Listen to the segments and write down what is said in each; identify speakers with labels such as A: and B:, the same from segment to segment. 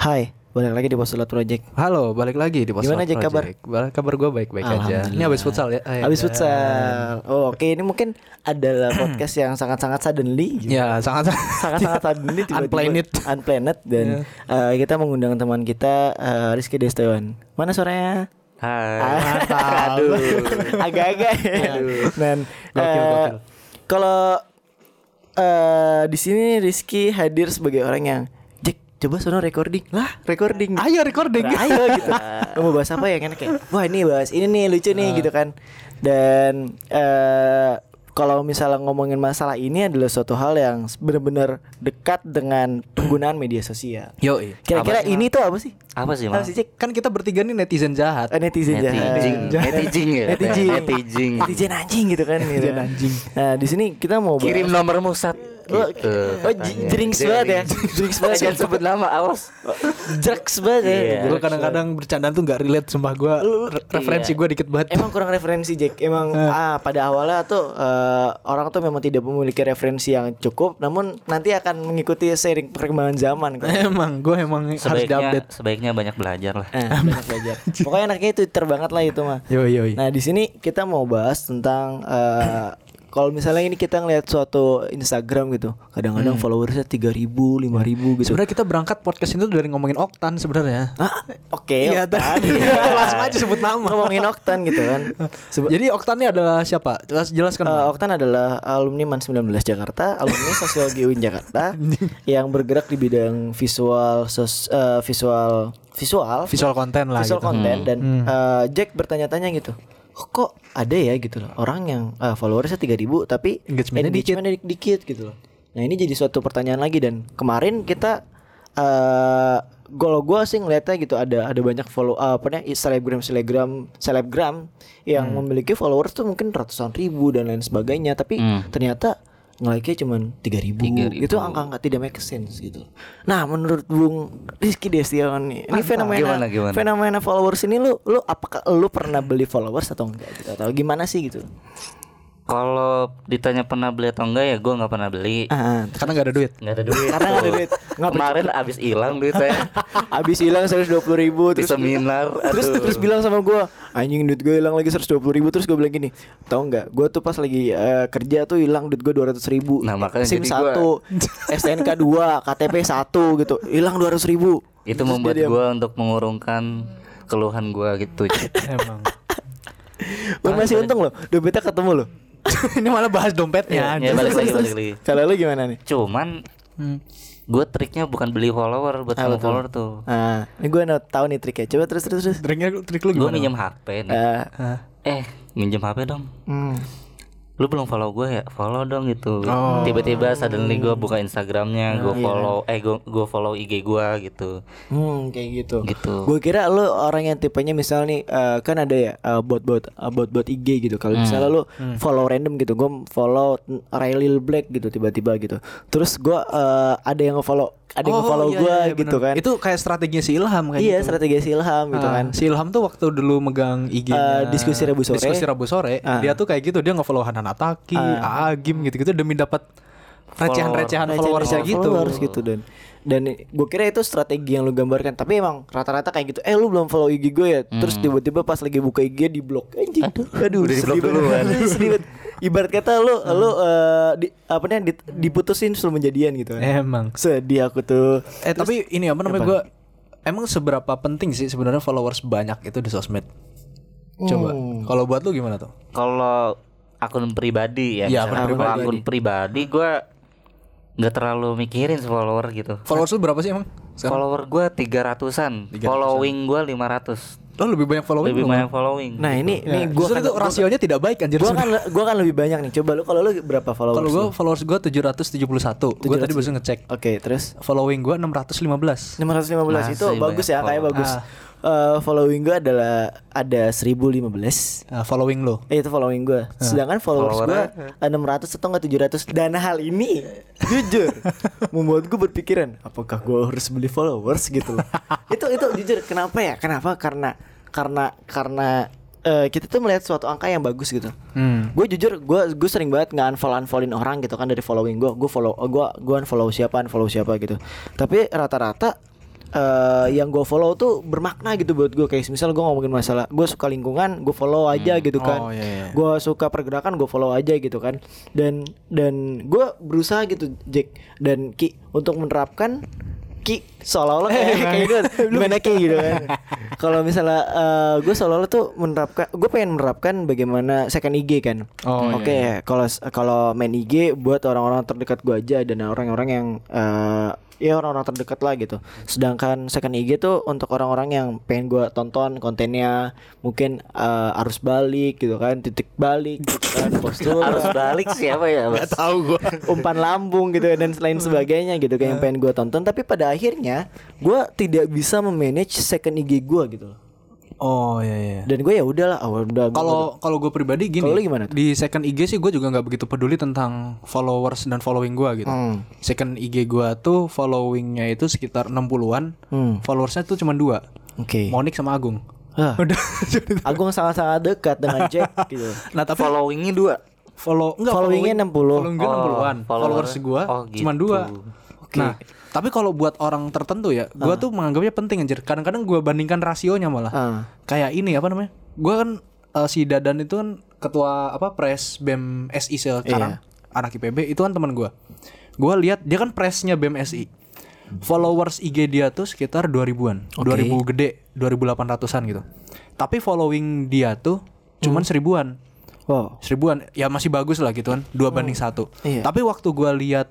A: Hai, balik lagi di Postulat Project.
B: Halo, balik lagi di
A: Gimana,
B: Postulat
A: Jack, kabar?
B: Project. Ba- Kabar gue baik-baik aja. Ini habis futsal ya? Eh,
A: Habis
B: ya.
A: futsal. Oh, Oke, ini mungkin adalah podcast yang sangat-sangat suddenly.
B: Ya, sangat
A: Sangat-sangat suddenly tiba-tiba
B: Unplanned.
A: unplanned, dan eh, kita mengundang teman kita eh, Rizky Destewan. Mana suaranya?
C: Hai.
A: Ah, Aduh, agak-agak. ya. Dan
B: Gokil,
A: eh,
B: gokil.
A: kalau eh, di sini Rizky hadir sebagai orang yang Jack, coba sono recording lah, recording.
B: Ayo recording.
A: Nah, ayo gitu Lo mau bahas apa ya kan kayak wah ini bahas ini nih lucu nih gitu kan dan eh kalau misalnya ngomongin masalah ini adalah suatu hal yang benar-benar dekat dengan penggunaan media sosial
B: Yo,
A: kira-kira
C: Apa sih,
A: ini tuh apa sih
C: Apa sih,
A: apa
C: Mas?
A: sih cek
B: kan kita bertiga nih netizen jahat.
A: Eh, netizen
C: Netizen.
A: jahat
C: Netizen ya?
A: netizen
C: Netizen.
A: netizen anjing gitu kan gitu.
B: Netizen anjing.
A: nah di sini kita mau bahas-
C: Kirim nomormu sat.
A: Oh,
C: Gitu,
A: oh,
C: katanya.
A: drinks banget ya Drinks banget ya
C: Jangan sebut nama, awas.
A: Jerks banget ya
C: Iya.
B: Gue
A: Jerks banget.
B: kadang-kadang bercandaan tuh nggak relate sumpah gue. Referensi
C: iya.
B: gue dikit banget.
A: Emang kurang referensi Jack. Emang
B: Eh.
A: ah, pada awalnya tuh eh, orang tuh memang tidak memiliki referensi yang cukup, namun nanti akan mengikuti seiring perkembangan zaman. kan. Eh, kok.
B: emang gue emang harus
C: Sebaiknya
B: diupdate.
C: sebaiknya banyak belajar lah.
A: Eh, banyak belajar. Pokoknya anaknya Twitter banget lah itu mah.
B: Yo yo.
A: Nah di sini kita mau bahas tentang eh, kalau misalnya ini kita ngelihat suatu Instagram gitu, kadang-kadang
B: Hmm.
A: followersnya tiga ribu, lima ribu gitu.
B: Sebenarnya kita berangkat podcast itu dari ngomongin Oktan sebenarnya.
A: Ah, Oke,
B: Iya,
A: Oktan.
B: tadi. Langsung aja sebut nama.
A: Ngomongin Oktan gitu kan. Sebe-
B: Jadi Oktan ini adalah siapa? Jelas jelaskan.
A: Eh,
B: Bang.
A: Oktan adalah alumni MAN 19 Jakarta, alumni Sosiologi UIN Jakarta yang bergerak di bidang visual sos, eh, visual visual
B: Visual content lah.
A: visual
B: gitu.
A: konten dan eh, Jack bertanya-tanya gitu. "Oh, Kok ada ya gitu loh orang yang eh, followersnya 3000 tapi
B: Engagementnya dikit."
A: engagementnya di- dikit gitu loh. Nah, ini jadi suatu pertanyaan lagi dan kemarin kita eh kalau gue sih ngeliatnya gitu ada ada banyak follow eh, apa namanya selebgram selebgram selebgram yang
B: Hmm.
A: memiliki followers tuh mungkin ratusan ribu dan lain sebagainya tapi ternyata nge-like-nya cuman 3000 itu angka-angka tidak make sense gitu. Nah, menurut Bung Rizky Destion nih, ini fenomena
C: Gimana, gimana?
A: fenomena followers ini lu lu apakah lu pernah beli followers atau enggak gitu atau gimana sih gitu?
C: Kalau ditanya pernah beli atau enggak ya gue nggak pernah beli.
A: Ah,
B: Karena nggak ada duit.
C: Nggak ada duit.
A: Karena nggak ada
C: tuh.
A: duit. Nggak
C: Kemarin abis hilang duit saya
A: habis hilang 120 ribu
C: di
A: terus
C: seminar.
A: terus
C: aduh.
A: terus bilang sama gue anjing duit gue hilang lagi 120 ribu terus gue bilang gini tau nggak gue tuh pas lagi eh, kerja tuh hilang duit gue 200 ribu
C: Nah, makanya
A: sim
C: jadi
A: satu STNK 2 KTP satu gitu hilang 200 ribu
C: itu membuat gue untuk mengurungkan keluhan gue gitu.
B: Emang.
A: Lu masih untung loh dompetnya ketemu loh
B: ini malah bahas dompetnya.
C: ya balik lagi balik lagi.
A: kalau lu gimana nih
C: Cuman
B: Hmm.
C: gue triknya bukan beli follower buat
A: Apa
C: sama
A: tuh?
C: follower tuh.
A: ah ini gue tahu nih triknya coba terus terus terus
B: Triknya trik lu
C: Gue
B: gimana?
C: minjem HP nih.
A: Eh,
B: Hah?
C: Eh, minjem HP dong.
A: hmm.
C: lu belum follow gue ya follow dong gitu tiba-tiba suddenly gue buka instagramnya gue follow eh gue gue follow ig gue gitu
A: Hmm, kayak gitu.
C: Gitu.
A: Gue kira lu orang yang tipenya misal nih eh, kan ada ya eh, bot-bot eh, bot-bot IG gitu. Kalau misalnya lu
B: Hmm.
A: follow random gitu, gue follow n- Riley Black gitu tiba-tiba gitu. Terus gue eh, ada yang nge-follow, ada yang nge-follow
B: iya,
A: gue
B: iya, iya,
A: gitu
B: bener.
A: kan.
B: Itu kayak strateginya si Ilham kayak
A: iya,
B: gitu.
A: strategi si Ilham gitu
B: Ah,
A: kan.
B: Si Ilham tuh waktu dulu megang IG
A: Eh,
B: -nya
A: diskusi Rabu sore.
B: Diskusi Rabu sore,
A: Ah.
B: dia tuh kayak gitu, dia nge-follow Hanan Ataki, Agim gitu-gitu demi dapat recehan-recehan
A: Follower
B: followersnya gitu.
A: followers gitu dan dan gue kira itu strategi yang lu gambarkan tapi emang rata-rata kayak gitu eh lu belum follow IG gue ya terus tiba-tiba pas lagi buka IG di blok anjing aduh,
C: Hmm. Eh, udah di-block Hmm.
A: sedih banget. Sedih banget. ibarat kata lu lu eh, di, apa nih di- diputusin sebelum jadian gitu kan
B: Emang.
A: sedih aku tuh
B: Eh tapi ini apa namanya gue Emang seberapa penting sih sebenarnya followers banyak itu di sosmed? Coba, kalau buat lu gimana tuh?
C: kalau akun pribadi ya,
B: Iya,
C: misalnya.
B: akun
C: Kalau akun pribadi gue nggak terlalu mikirin follower gitu
B: Followers lu berapa sih emang? Sekarang?
C: follower gue tiga ratusan following gue 500
B: Lo lebih banyak following
C: lebih
B: lu?
C: banyak following
A: nah ini nih
B: Ya,
A: gue
B: justru
A: kan
B: itu rasionya tidak baik anjir.
A: gue kan gua kan lebih banyak nih coba lu kalau lu berapa
B: Kalau
A: followers
B: gue followers gue 771 Gue tadi baru ngecek
A: oke terus
B: Following gue
A: 615
B: 615
A: itu
C: Masih
A: bagus ya
C: banyak
A: kayak
C: follower. Ah.
A: bagus Eh, following gue adalah ada 1015
B: Nah, Following lo
A: Eh, itu following gue. Sedangkan followers gue 600 atau enggak 700 dan hal ini jujur membuat gue berpikiran apakah gue harus beli followers gitu loh. itu itu jujur kenapa ya? Kenapa? Karena karena karena eh, kita tuh melihat suatu angka yang bagus gitu.
B: Hmm.
A: Gue jujur gue gue sering banget nggak unfollow unfollowin orang gitu uh, kan dari following gue. Gue follow gue gue unfollow siapa unfollow siapa gitu. Tapi rata-rata eh, yang gue follow tuh bermakna gitu buat gue kayak misal gue ngomongin masalah gue suka lingkungan gue follow aja gitu kan
B: Oh, iya, iya.
A: gue suka pergerakan gue follow aja gitu kan dan dan gue berusaha gitu Jack dan Ki untuk menerapkan Ki seolah-olah kayak, kayak gue gimana Ki gitu kan kalau misalnya gue seolah-olah tuh menerapkan gue pengen menerapkan bagaimana second IG kan
B: Oh,
A: oke kalau kalau main IG buat orang-orang terdekat gue aja dan orang-orang yang eh, ya orang-orang terdekat lah gitu sedangkan second IG tuh untuk orang-orang yang pengen gue tonton kontennya mungkin eh, arus balik gitu kan titik balik gitu kan postur
C: Harus balik siapa ya mas?
B: tahu gue
A: umpan lambung gitu dan lain
B: Hmm.
A: sebagainya gitu kayak yang pengen gue tonton tapi pada akhirnya gue tidak bisa memanage second IG gue gitu loh
B: oh iya iya
A: dan gue ya udahlah awal udah gua-
B: kalau kalau gue pribadi gini
A: Kalau lu gimana tuh?
B: di second IG sih gue juga nggak begitu peduli tentang followers dan following gue gitu
A: Hmm.
B: second IG gue tuh followingnya itu sekitar 60-an
A: Hmm.
B: followersnya tuh cuma dua
A: oke
B: Monik sama Agung
A: Ah.
B: udah
A: Agung sangat-sangat dekat dengan Jack gitu
B: nah tapi
C: Followingnya dua.
B: follow enggak
A: Followingnya 60.
B: following gue
C: Oh,
B: 60-an
C: follower.
B: followers gue
C: Oh, gitu.
B: cuma dua
A: Oke.
B: nah tapi kalau buat orang tertentu ya gue tuh menganggapnya penting anjir kadang-kadang gue bandingkan rasionya malah
A: Ah.
B: kayak ini apa namanya gue kan eh, si Dadan itu kan ketua apa pres bem SI sekarang anak IPB itu kan teman gue gue lihat dia kan presnya bem SI followers IG dia tuh sekitar 2000-an 2000 gede 2800-an gitu tapi following dia tuh cuman seribuan
A: wow
B: seribuan ya masih bagus lah gitu kan dua banding satu
A: Iya.
B: tapi waktu gua lihat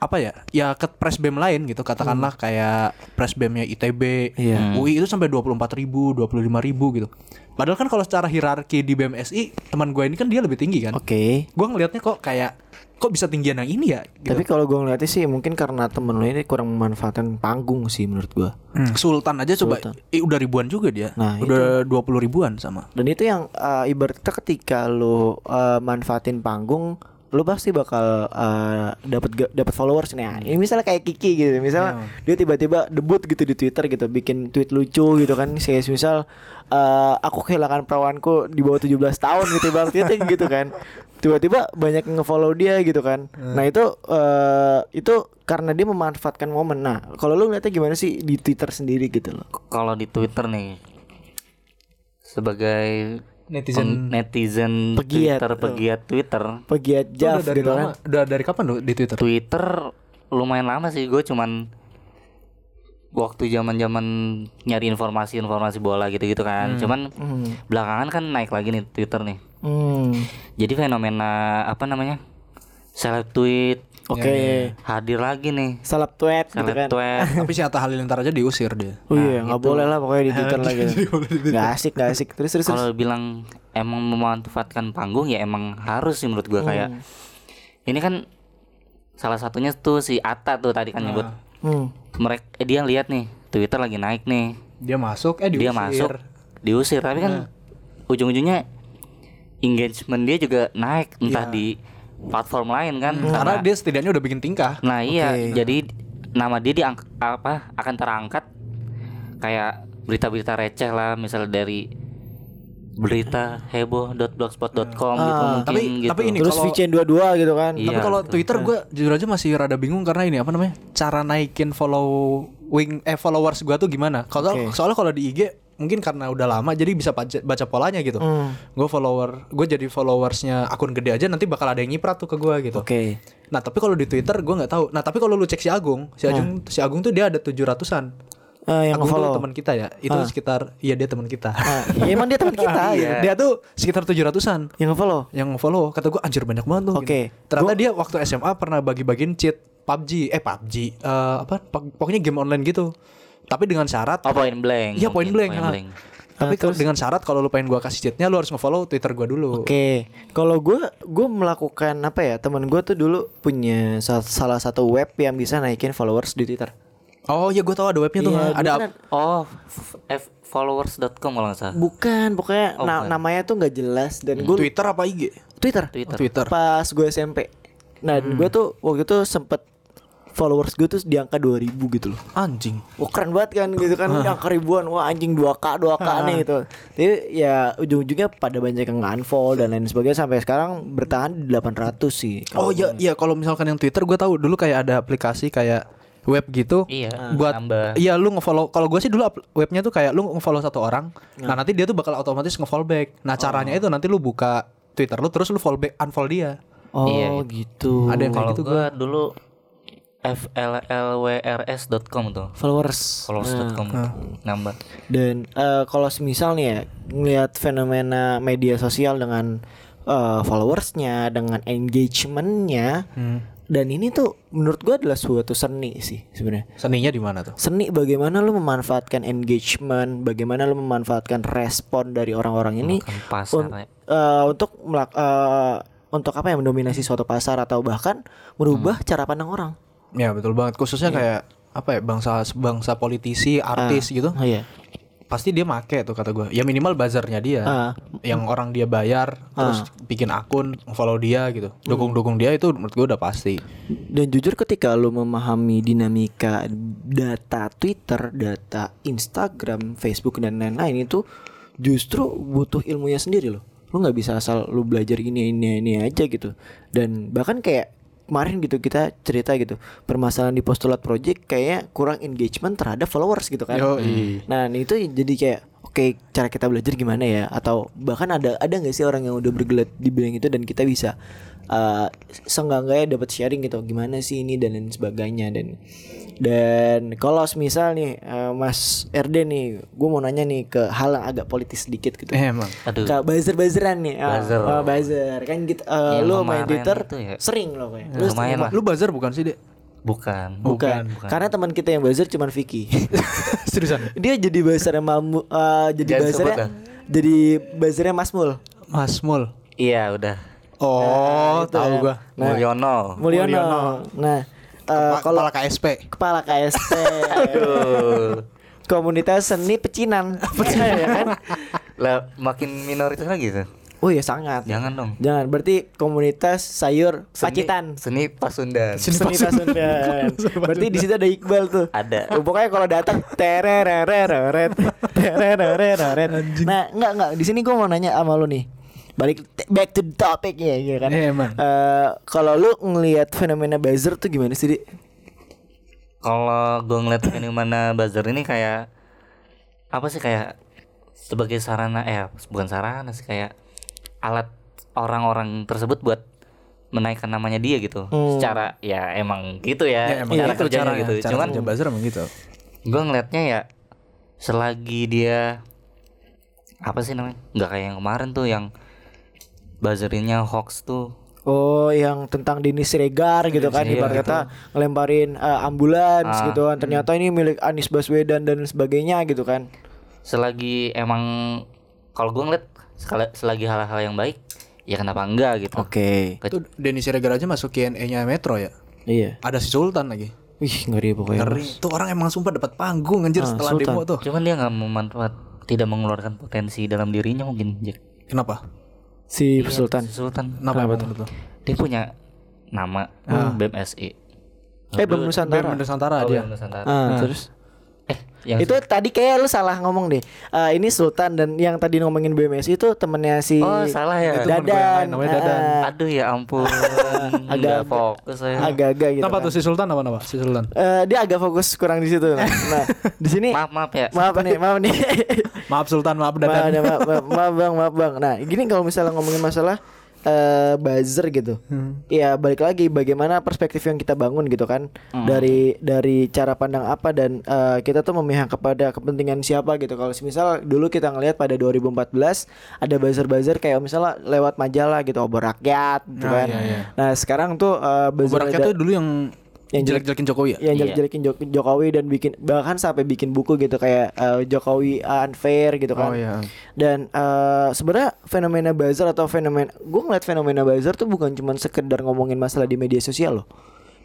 B: apa ya ya ke press bem lain gitu katakanlah kayak press bemnya itb
A: Hmm. Iya.
B: ui itu sampai dua puluh empat ribu dua puluh lima ribu gitu padahal kan kalau secara hierarki di bmsi teman gua ini kan dia lebih tinggi kan
A: oke
B: gua ngelihatnya kok kayak kok bisa tinggian yang ini ya gitu.
A: Tapi kalau gue ngeliatnya sih mungkin karena temen lu ini kurang memanfaatkan panggung sih menurut gue
B: Hmm. sultan aja coba eh, udah ribuan juga dia
A: Nah,
B: udah dua puluh ribuan sama
A: Dan itu yang uh, ibaratnya ketika lu uh, manfaatin panggung lu pasti bakal uh, dapat ga- dapat followers nih. ya.
B: Hmm.
A: Ini misalnya kayak Kiki gitu.
B: Iya.
A: Misalnya dia tiba-tiba debut gitu di Twitter gitu, bikin tweet lucu gitu kan. Kayak misal uh, aku kehilangan perawanku di bawah 17 tahun gitu Bang Titin gitu kan. Tiba-tiba banyak yang nge-follow dia gitu kan.
B: Hmm.
A: Nah, itu uh, itu karena dia memanfaatkan momen. Nah, kalau lu ngeliatnya gimana sih di Twitter sendiri gitu loh.
C: Kalau di Twitter nih sebagai
B: Netizen.
C: peng- netizen
A: Pegiat.
C: Twitter, pegiat Twitter.
A: Pegiat
B: Itu
A: Jav gitu kan.
B: udah dari kapan lo di twitter
C: Twitter lumayan lama sih gue cuman waktu zaman-zaman nyari informasi-informasi bola gitu-gitu kan. Cuman belakangan kan naik lagi nih Twitter nih.
A: Hmm.
C: Jadi fenomena apa namanya? Seleb tweet
A: Oke.
C: hadir lagi nih.
A: Salap tweet gitu kan.
C: Seleb iya, tweet. Nah, gitu.
B: tapi si Atta Halilintar aja diusir dia
A: Oh iya, nggak boleh lah pokoknya di Twitter lagi. Nggak asik, nggak asik. Terus terus. terus.
C: kalau bilang emang memanfaatkan panggung ya emang harus sih menurut
A: Hmm.
C: gua kayak ini kan salah satunya tuh si Ata tuh tadi kan nyebut
A: Hmm.
C: mereka eh, dia lihat nih Twitter lagi naik nih
B: dia masuk eh
C: dia masuk diusir tapi kan
B: Nah.
C: ujung-ujungnya engagement dia juga naik entah di platform lain kan
B: Iya. Hmm. karena dia setidaknya udah bikin tingkah
C: nah iya jadi nama dia di apa akan terangkat kayak berita-berita receh lah misal dari berita heboh.blogspot.com gitu
A: Ah,
C: mungkin
B: tapi-
C: gitu
B: tapi ini
A: Terus
B: kalau-
A: VCN dua-dua gitu kan.
C: Iya.
B: tapi kalau Twitter gue jujur aja masih rada bingung karena ini apa namanya cara naikin follow wing eh followers gue tuh gimana kalau
A: Oke.
B: soalnya kalau di IG mungkin karena udah lama jadi bisa baca, baca polanya gitu
A: Hmm.
B: gue follower gue jadi followersnya akun gede aja nanti bakal ada yang nyiprat tuh ke gue gitu
A: Oke.
B: nah tapi kalau di Twitter gue nggak tahu nah tapi kalau lu cek si Agung si Agung si Agung tuh dia ada 700an
A: Eh, Hmm. yang Ah.
B: Agung tuh
A: follow.
B: teman kita ya itu sekitar ya dia teman kita
A: Ah, ya emang dia teman kita. gitu.
C: Iya.
B: dia tuh sekitar 700an
A: Yang follow.
B: yang follow kata gue anjir banyak banget loh
A: Oke.
B: gitu. ternyata dia waktu SMA pernah bagi-bagiin cheat PUBG eh PUBG eh, apa pok- pokoknya game online gitu tapi dengan syarat
C: Oh point blank.
B: Iya, point
C: mungkin,
B: blank, ah.
A: Nah,
B: tapi kalau dengan syarat kalau lu pengen gue kasih cheatnya lu harus ngefollow Twitter gue dulu
A: Oke, kalau gue gue melakukan apa ya? Temen gue tuh dulu punya sa- salah satu web yang bisa naikin followers di Twitter.
B: oh iya gue tahu ada webnya tuh
A: Iya,
B: ada
A: dulu kan
C: Oh, f- f- followers.com kalau nggak salah.
A: Bukan, pokoknya
C: Oh,
A: na-
C: bukan.
A: namanya tuh nggak jelas dan gue
B: Twitter apa IG
A: Twitter.
C: Twitter.
B: Oh, Twitter
A: Pas gue SMP. Nah,
C: Hmm.
A: gue tuh waktu itu sempet followers gue tuh di angka 2000 gitu loh.
B: anjing
A: Wah keren banget kan gitu kan yang ribuan Wah anjing 2k 2k nih gitu Jadi ya ujung-ujungnya pada banyak yang unfollow dan lain sebagainya Sampai sekarang bertahan di 800 sih
B: oh iya iya kalau misalkan yang Twitter gue tahu dulu kayak ada aplikasi kayak web gitu
C: Iya,
B: buat
C: nambah.
B: iya lu ngefollow kalau gue sih dulu up- webnya tuh kayak lu ngefollow satu orang
C: Iya.
B: nah nanti dia tuh bakal otomatis ngefollow back nah caranya
C: Oh.
B: itu nanti lu buka Twitter lu terus lu follow back unfollow dia
A: Oh
C: Iya.
A: gitu.
B: ada yang kayak
C: Kalau
B: gitu
C: gua dulu flwrs.com tuh.
A: Followers.
C: Followers.com
A: ah.
C: nambah.
A: Dan eh, kalau semisal nih ya ngelihat fenomena media sosial dengan eh, followersnya, dengan engagementnya, dan ini tuh menurut gua adalah suatu seni sih sebenarnya.
B: seninya di mana tuh
A: Seni bagaimana lu memanfaatkan engagement, bagaimana lu memanfaatkan respon dari orang-orang ini
C: Bukan pasar
A: un-
C: ya.
A: eh, untuk melak eh, untuk apa ya mendominasi suatu pasar atau bahkan merubah cara pandang orang.
B: ya betul banget
C: Iya.
B: khususnya kayak apa ya bangsa bangsa politisi
C: Ah.
B: artis gitu
A: Oh iya.
B: pasti dia make tuh kata gue ya minimal buzzernya dia
A: Ah.
B: yang orang dia bayar terus
C: Ah.
B: bikin akun follow dia gitu dukung dukung dia itu menurut gue udah pasti
A: Dan jujur ketika lu memahami dinamika data Twitter, data Instagram, Facebook dan lain-lain itu justru butuh ilmunya sendiri loh. Lu nggak bisa asal lu belajar ini ini ini aja gitu. Dan bahkan kayak kemarin gitu kita cerita gitu permasalahan di postulat project kayaknya kurang engagement terhadap followers gitu kan.
C: iya.
B: Yoi.
A: Nah itu jadi kayak oke cara kita belajar gimana ya atau bahkan ada ada nggak sih orang yang udah bergelut di bidang itu dan kita bisa uh, seenggak-enggaknya dapat sharing gitu gimana sih ini dan lain sebagainya dan dan kalau misal nih uh, Mas RD nih gue mau nanya nih ke hal yang agak politis sedikit gitu.
B: Eh, emang
C: Eh, Aduh.
A: Ke buzzer-buzzeran nih. ah,
C: Buzzer.
A: ah, buzzer. Kan kita uh,
C: Yang
A: lu main
C: kemarin
A: Twitter
C: itu ya.
A: sering loh kayak. Lu
B: Iya,
C: lumayan lah.
B: lu buzzer bukan sih dek
C: Bukan.
A: bukan. Karena teman kita yang buzzer cuman Vicky.
B: seriusan
A: dia jadi buzzernya mamu eh, jadi
C: Jangan
A: buzzernya
C: sebut lah.
A: jadi buzzernya Mas Mul
B: Mas Mul
C: Iya, udah.
B: oh
A: itu ya.
B: tahu gua
A: Nah.
C: Mulyono.
A: Mulyono,
B: Mulyono.
A: nah eh,
B: Kepala-
A: kalau
B: kepala KSP
A: kepala KSP
C: Aduh.
A: komunitas seni pecinan pecinan ya kan
C: lah makin minoritas lagi tuh.
A: oh ya sangat
C: Jangan dong.
A: jangan berarti komunitas sayur
C: Seni-
A: pacitan
C: Seni Pasundan.
A: seni Pasundan. Berarti di situ ada Iqbal tuh.
C: Ada.
A: Oh, Pokoknya kalau datang tererereret tererereret. Nah, enggak enggak di sini gua mau nanya sama lu nih. Balik t- back to the topic ya, ya kan.
B: Iya, emang.
A: Eh, kalau lu ngelihat fenomena buzzer tuh gimana sih, Di?
C: Kalau gue ngeliat fenomena buzzer ini kayak apa sih kayak sebagai sarana eh bukan sarana sih kayak alat orang-orang tersebut buat menaikkan namanya dia gitu. Secara ya emang gitu ya,
B: Hmm. ya, emang
C: cara
B: gitu
C: kerjanya
B: caranya.
C: gitu.
B: Cara
C: Cuman
B: kerja buzzer emang gitu
C: gue ngelihatnya ya selagi dia apa sih namanya? nggak kayak yang kemarin tuh yang buzzerinnya hoax tuh.
A: Oh, yang tentang Dini Siregar gitu kan ibarat kata ngelemparin eh, ambulans gitu kan. Ternyata ini milik Anies Baswedan dan sebagainya gitu kan.
C: Selagi emang kalau gue ngeliat sekala- selagi hal-hal yang baik ya kenapa enggak gitu.
A: Oke.
B: itu Denny Siregar aja masuk E nya Metro ya
A: Iya.
B: ada si Sultan lagi
A: Wih, ngeri pokoknya.
B: ngeri tuh orang emang sumpah dapat panggung anjir setelah demo tuh
C: Cuman dia nggak memanfaat tidak mengeluarkan potensi dalam dirinya mungkin Jack.
B: kenapa
A: Si Iya, Sultan.
C: Si Sultan
B: kenapa emang menurut lo
C: dia punya nama BMSI.
A: Eh, Bem
B: BEM
A: Nusantara.
B: Nusantara dia
C: Nusantara.
A: Ah, terus
C: Eh, yang
A: itu tadi kayak lu salah ngomong deh. Eh, ini Sultan dan yang tadi ngomongin BMS itu temennya si
C: Oh, salah ya. Itu
B: temen gue yang lain,
A: Dadan.
B: namanya Dadan.
A: Ah,
C: aduh ya ampun. Agak fokus saya.
A: agak-agak gitu.
B: Kenapa
A: kan.
B: tuh si Sultan apa nama? Si Sultan.
A: Eh, dia agak fokus kurang di situ. Nah, Nah, di sini
C: Maaf, maaf ya.
A: maaf nih, maaf nih.
B: Maaf Sultan, maaf
A: maaf,
B: Dadan.
A: dah, maaf, maaf, maaf bang, maaf bang. Nah, gini kalau misalnya ngomongin masalah eh buzzer gitu,
B: Hmm.
A: ya balik lagi bagaimana perspektif yang kita bangun gitu kan
B: Hmm.
A: dari dari cara pandang apa dan eh, kita tuh memihak kepada kepentingan siapa gitu. Kalau misal dulu kita ngelihat pada 2014 ada buzzer-buzzer kayak misalnya lewat majalah gitu, obor rakyat gitu kan. Nah sekarang tuh eh, buzzer
B: Ah, iya, Obor rakyat tuh dulu yang
A: Yang
B: yang jelek-jelekin Jokowi ya.
A: yang jelek-jelekin Jok- Jokowi dan bikin bahkan sampai bikin buku gitu kayak eh, Jokowi unfair gitu kan.
B: Oh, iya.
A: Dan eh, sebenarnya fenomena buzzer atau fenomena gue ngeliat fenomena buzzer tuh bukan cuman sekedar ngomongin masalah di media sosial loh.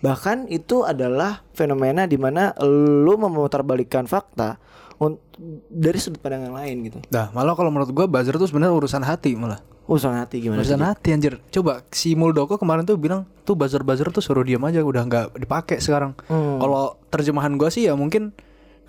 A: Bahkan itu adalah fenomena dimana lu memutarbalikkan fakta un- dari sudut pandang yang lain gitu.
B: Nah, malah kalau menurut gua buzzer tuh sebenarnya urusan hati malah.
A: Usaha Oh, hati gimana?
B: Urusan hati anjir. Coba si Muldoko kemarin tuh bilang tuh buzzer-buzzer tuh
C: Hmm.
B: suruh diam aja udah nggak dipakai sekarang. Kalau terjemahan gua sih ya mungkin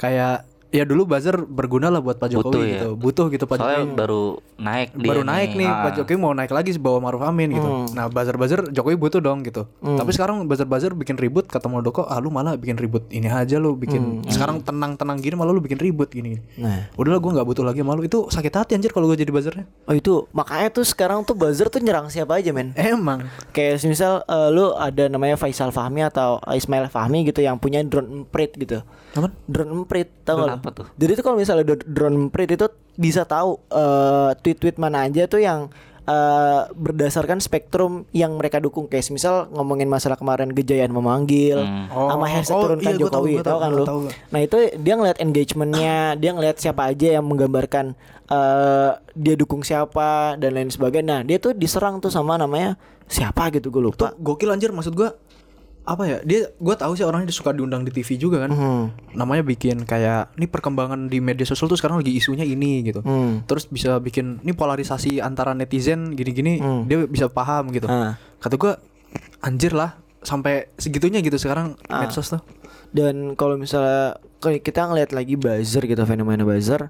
B: kayak ya dulu buzzer berguna lah buat Pak Jokowi
C: Butuh ya.
B: gitu. Butuh gitu Pak
C: Soalnya
B: Jokowi.
C: baru naik dia
B: baru naik nih
C: Ah. Hmm.
B: Pak Jokowi mau naik lagi bawa Maruf Amin gitu. Nah, buzzer-buzzer Jokowi butuh dong gitu. Tapi sekarang buzzer-buzzer bikin ribut kata Muldoko, "Ah lu malah bikin ribut. Ini aja lu
C: Hmm,
B: bikin sekarang tenang-tenang gini malah lu bikin ribut gini."
A: Nah.
B: Udahlah gua nggak butuh lagi malu. Itu sakit hati anjir kalau gua jadi buzzernya.
A: Oh itu makanya tuh sekarang tuh buzzer tuh nyerang siapa aja men?
B: Emang.
A: Kayak misal eh, lu ada namanya Faisal Fahmi atau Ismail Fahmi gitu yang punya drone emprit gitu.
B: Apaan?
A: Drone emprit tau
C: Drone
A: nggak lu?
C: apa tuh?
A: Jadi tuh kalau misalnya dr- drone emprit itu bisa tahu eh, tweet-tweet mana aja tuh yang eh, berdasarkan spektrum yang mereka dukung kayak misal ngomongin masalah kemarin Gejayaan memanggil
C: Hmm.
B: Oh,
A: sama hashtag
B: oh,
A: turunkan
B: iya, gua tahu,
A: Jokowi
B: gua
A: tahu
B: tahu,
A: kan
B: gua
A: lu
B: tahu.
A: Nah itu dia ngeliat engagementnya, dia ngeliat siapa aja yang menggambarkan eh dia dukung siapa dan lain sebagainya. Nah dia tuh diserang tuh sama namanya siapa gitu gue lupa.
B: Tuh gokil anjir maksud gua apa ya dia gua tahu sih orangnya suka diundang di TV juga kan namanya bikin kayak ini perkembangan di media sosial tuh sekarang lagi isunya ini gitu
A: Hmm.
B: terus bisa bikin ini polarisasi antara netizen gini-gini dia bisa paham gitu
A: Ah.
B: kata gua anjir lah sampai segitunya gitu sekarang medsos tuh
A: Dan kalau misalnya kalau kita ngeliat lagi buzzer gitu fenomena buzzer,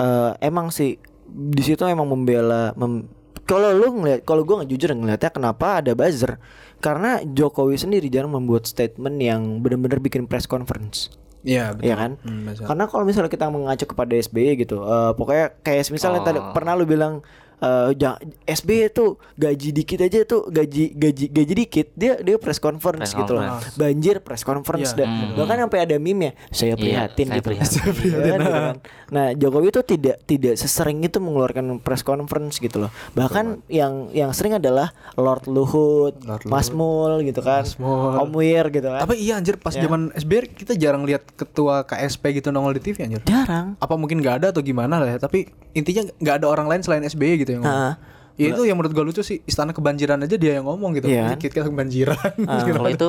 A: eh emang sih di situ emang membela. mem- kalau lu ngeliat, kalau gue nggak jujur ngeliatnya kenapa ada buzzer? Karena Jokowi sendiri jarang membuat statement yang benar-benar bikin press conference.
B: iya
A: Iya
B: betul.
A: kan?
B: Hmm, betul.
A: Karena kalau misalnya kita mengacu kepada SBY gitu, eh, pokoknya kayak misalnya tadi
C: Oh.
A: pernah lu bilang eh, jang- SBY itu gaji dikit aja tuh gaji gaji gaji dikit dia dia press conference
C: Press
A: gitu loh.
C: conference. Hmm.
A: Banjir press conference
B: Iya,
A: dan bahkan sampai ada meme ya, saya
C: Iya,
A: prihatin
C: saya
A: gitu.
C: prihatin.
A: Iya kan, gitu kan. Nah, Jokowi itu tidak tidak sesering itu mengeluarkan press conference gitu loh. Bahkan yang yang sering adalah Lord Luhut,
B: Lord Luhut.
A: Mas Mul gitu kan.
B: Mul.
A: Om Wir gitu kan.
B: tapi iya anjir pas zaman SBR kita jarang lihat ketua KSP gitu nongol di TV anjir
A: jarang.
B: apa mungkin nggak ada atau gimana lah ya tapi intinya nggak ada orang lain selain SBY gitu yang
A: Ah.
B: ngomong. Ya itu yang menurut gue lucu sih istana kebanjiran aja dia yang ngomong gitu.
A: Iya.
B: Dikit kita kebanjiran. gitu.
C: Kalau itu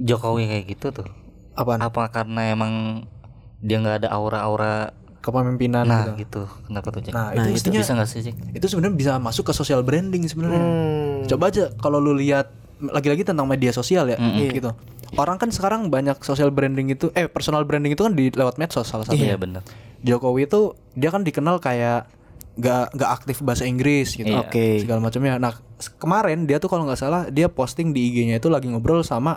C: Jokowi kayak gitu tuh.
B: Apaan?
C: Apa karena emang dia nggak ada aura-aura
B: Kepemimpinan gitu.
C: nah gitu. Kenapa tuh Jack?
B: Nah,
C: Nah,
B: itu
C: itu
B: mestinya
C: bisa nggak sih Jack?
B: itu sebenarnya bisa masuk ke social branding sebenarnya.
C: Hmm.
B: Coba aja kalau lu lihat lagi-lagi tentang media sosial ya gitu. Orang kan sekarang banyak social branding itu eh personal branding itu kan di lewat medsos salah satunya.
C: Iya bener.
B: Jokowi itu dia kan dikenal kayak gak nggak aktif bahasa Inggris gitu,
C: Iya.
A: Oke.
B: segala macamnya. Nah s- kemarin dia tuh kalau nggak salah dia posting di IG-nya itu lagi ngobrol sama